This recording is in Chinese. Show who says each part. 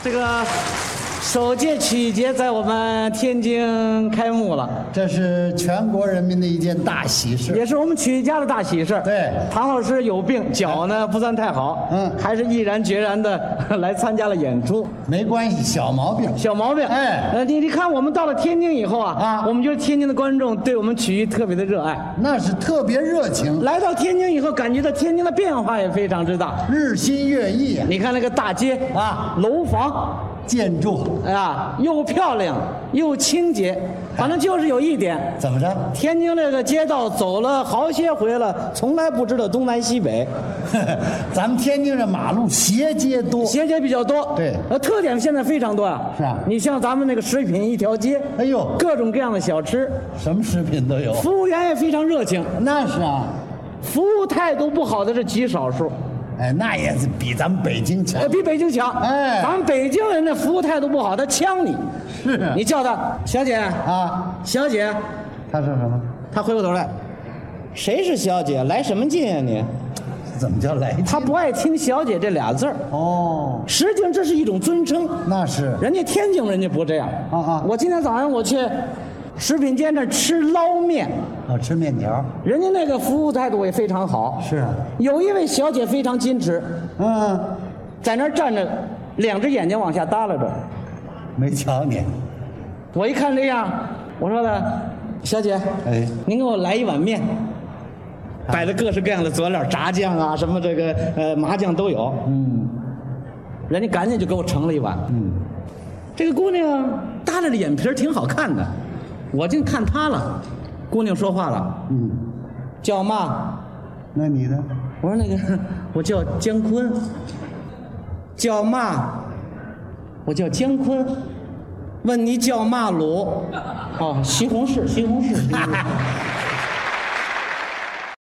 Speaker 1: 这个首届曲艺节在我们天津开幕了，
Speaker 2: 这是全国人民的一件大喜事。
Speaker 1: 也是我们曲艺家的大喜事。
Speaker 2: 对
Speaker 1: 唐老师有病，脚呢不算太好，
Speaker 2: 嗯
Speaker 1: 还是毅然决然的 来参加了演出。
Speaker 2: 没关系，小毛病。
Speaker 1: 小毛病，
Speaker 2: 哎
Speaker 1: 呃，你你看，我们到了天津以后啊，
Speaker 2: 啊
Speaker 1: 我们觉得天津的观众对我们曲艺特别的热爱。
Speaker 2: 那是特别热情，
Speaker 1: 来到天津以后，感觉到天津的变化也非常之大。
Speaker 2: 日新月异啊
Speaker 1: 你看那个大街
Speaker 2: 啊
Speaker 1: 楼房，
Speaker 2: 建筑
Speaker 1: 哎呀，又漂亮又清洁，反正就是有一点，
Speaker 2: 怎么着？
Speaker 1: 天津这个街道走了好些回了，从来不知道东南西北，
Speaker 2: 咱们天津这马路斜街多，
Speaker 1: 斜街比较多。
Speaker 2: 对
Speaker 1: 呃，特点现在非常多啊。
Speaker 2: 是啊
Speaker 1: 你像咱们那个食品一条街，
Speaker 2: 哎呦，
Speaker 1: 各种各样的小吃，
Speaker 2: 什么食品都有。
Speaker 1: 服务员也非常热情，
Speaker 2: 那是啊，
Speaker 1: 服务态度不好的是极少数，
Speaker 2: 哎，那也是比咱们北京强
Speaker 1: 呃，。比北京强。
Speaker 2: 哎
Speaker 1: 咱们北京人的服务态度不好，他呛你，
Speaker 2: 是啊
Speaker 1: 你叫他小姐，
Speaker 2: 啊，
Speaker 1: 小姐，
Speaker 2: 他说什么？
Speaker 1: 他回过头来，谁是小姐？来什么劲呀、你？
Speaker 2: 怎么叫来劲？
Speaker 1: 他不爱听“小姐”这俩字儿，
Speaker 2: 哦，
Speaker 1: 实际上这是一种尊称。
Speaker 2: 那是
Speaker 1: 人家天津人家不这样
Speaker 2: 啊啊
Speaker 1: 我今天早上我去食品街那儿吃捞面，
Speaker 2: 啊，吃面条。
Speaker 1: 人家那个服务态度也非常好。
Speaker 2: 是啊
Speaker 1: 有一位小姐非常矜持，
Speaker 2: 嗯，
Speaker 1: 在那儿站着，两只眼睛往下耷拉着。
Speaker 2: 没瞧你。
Speaker 1: 我一看这样，我说的，小姐，
Speaker 2: 哎啊
Speaker 1: 您给我来一碗面，摆了各式各样的佐料，炸酱啊，什么这个呃麻酱都有。
Speaker 2: 嗯
Speaker 1: 人家赶紧就给我盛了一碗。
Speaker 2: 嗯，
Speaker 1: 这个姑娘耷拉着眼皮儿挺好看的，我净看她了。姑娘说话了，
Speaker 2: 嗯，
Speaker 1: 叫嘛？
Speaker 2: 那你呢？
Speaker 1: 我说那个，我叫姜昆。叫嘛？我叫姜昆。问你叫嘛鲁？哦，西红柿，西红柿。西红柿